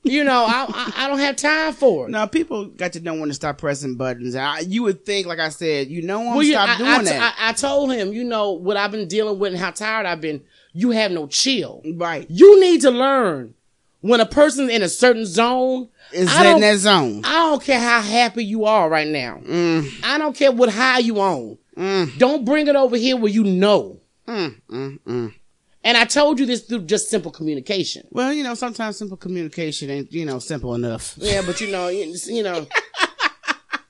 you know, I, I I don't have time for it. Now people got to know when to stop pressing buttons. I, you would think, like I said, you know when Well, to you- stop I- I doing t- that, I- I told him, you know, what I've been dealing with and how tired I've been. You have no chill. right? You need to learn when a person's in a certain zone. Is I in don't- that zone? I don't care how happy you are right now. Mm. I don't care what high you on. Don't bring it over here where you know. Mm, And I told you this through just simple communication. well, you know, sometimes simple communication ain't you know simple enough. Yeah, but you know, you, you know,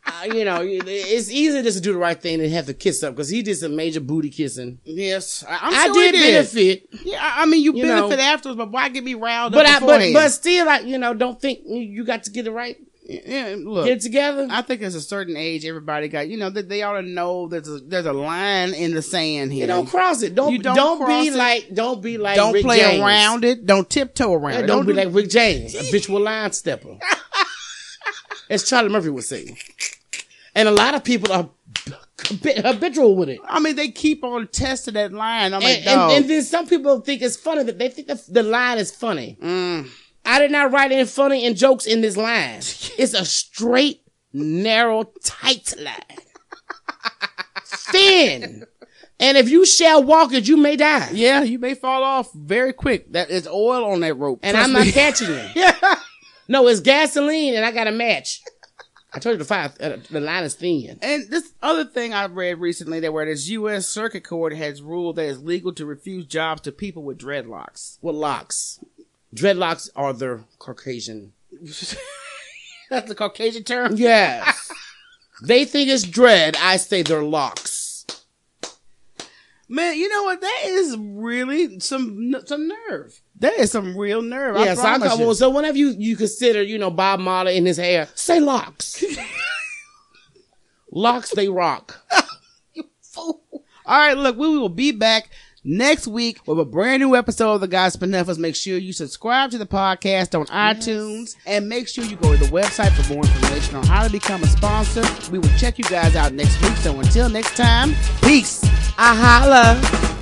uh, you know, you- it's easy just to do the right thing and have to kiss up because he did some major booty kissing. Yes, I, I'm i sure did it benefit, Yeah, I I mean, you, You know. benefit afterwards, but why get me riled but up I but beforehand? but still, like you know, don't think you- you got to get it right Yeah, look, Get together. I think it's a certain age. Everybody got you know that they ought to know there's a, there's a line in the sand here. You don't cross it. Don't You don't, cross be it. like don't be like don't Rick play James. around it. Don't tiptoe around Yeah, it. don't, be do- like Rick James, habitual line stepper. As Charlie Murphy would say. And a lot of people are habi- habitual with it. I mean, they keep on testing that line. I'm like, and, and, dog. and then some people think it's funny that they think the, the line is funny. I did not write any funny and jokes in this line. It's a straight, narrow, tight line. Thin. And if you shall walk it, you may die. yeah, you may fall off very quick. That is oil on that rope, And Trust I'm not me. catching it. yeah. No, it's gasoline and I got a match. I told you the fire, uh, the line is thin. And this other thing I read recently that where this U.S. Circuit Court has ruled that it's legal to refuse jobs to people with dreadlocks. With locks. Dreadlocks are the Caucasian. That's the Caucasian term. Yes. they think it's dread. I say they're locks. Man, you know what? That is really some some nerve. That is some real nerve. I Yeah, so, I promise come, you. well, so whenever you, you consider, you know, Bob Marley in his hair, say locks. locks, they rock. All right, look, we will be back next week with a brand new episode of the Gospel Nefas. Make sure you subscribe to the podcast on iTunes and make sure you go to the website for more information on how to become a sponsor. We will check you guys out next week. So until next time, peace. I holla.